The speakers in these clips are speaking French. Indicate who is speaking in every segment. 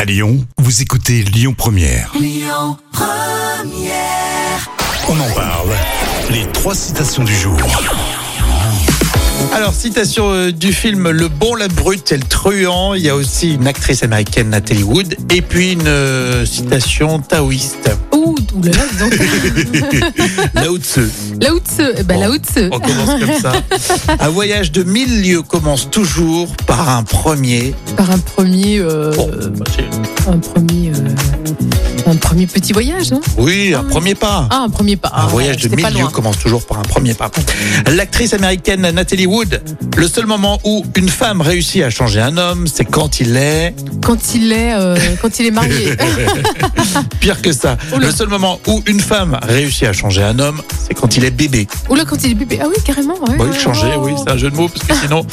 Speaker 1: À Lyon, vous écoutez Lyon Première. On en parle. Les trois citations du jour.
Speaker 2: Alors, citation euh, du film Le bon, la brute et le truand. Il y a aussi une actrice américaine, Natalie Wood, et puis une euh, citation taoïste.
Speaker 3: Ouh, ouh là là, dis donc.
Speaker 2: Lao Tzu.
Speaker 3: Lao Tse, eh ben,
Speaker 2: Bon.
Speaker 3: Lao Tse.
Speaker 2: On commence comme ça. Un voyage de mille lieues commence toujours par un premier.
Speaker 3: Par un premier, euh,
Speaker 2: Bon, bah, c'est-
Speaker 3: un premier, euh, un premier petit voyage, hein
Speaker 2: oui, un premier pas.
Speaker 3: Ah, un premier pas.
Speaker 2: Un voyage de mille lieues
Speaker 3: milieu.
Speaker 2: commence toujours par un premier pas. L'actrice américaine Natalie Wood, le seul moment où une femme réussit à changer un homme, c'est quand il est...
Speaker 3: Quand il est, euh, quand il est marié.
Speaker 2: Pire que ça,
Speaker 3: Oula.
Speaker 2: le seul moment où une femme réussit à changer un homme, c'est quand il est bébé.
Speaker 3: Ou là, quand il est bébé. Ah oui, carrément. Ouais,
Speaker 2: Bon,
Speaker 3: ouais,
Speaker 2: Bah, il changeait,
Speaker 3: oh.
Speaker 2: oui, c'est un jeu de mots, parce que sinon,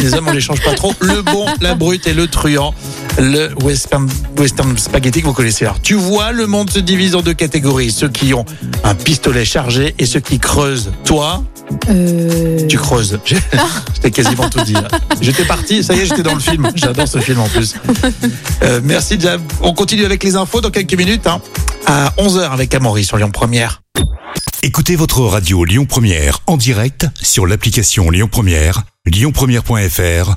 Speaker 2: les hommes, on les change pas trop. Le bon, la brute et le truand. Le western, western spaghetti que vous connaissez. Alors, tu vois, le monde se divise en deux catégories. Ceux qui ont un pistolet chargé et ceux qui creusent. Toi,
Speaker 3: Euh,
Speaker 2: tu creuses. Je, je t'ai quasiment tout dit. là. J'étais parti, ça y est, j'étais dans le film. J'adore ce film en plus. Euh, merci, Jab. On continue avec les infos dans quelques minutes, hein, à 11h avec Amaury sur Lyon Première.
Speaker 1: Écoutez votre radio Lyon Première en direct sur l'application Lyon Première, lyonpremière.fr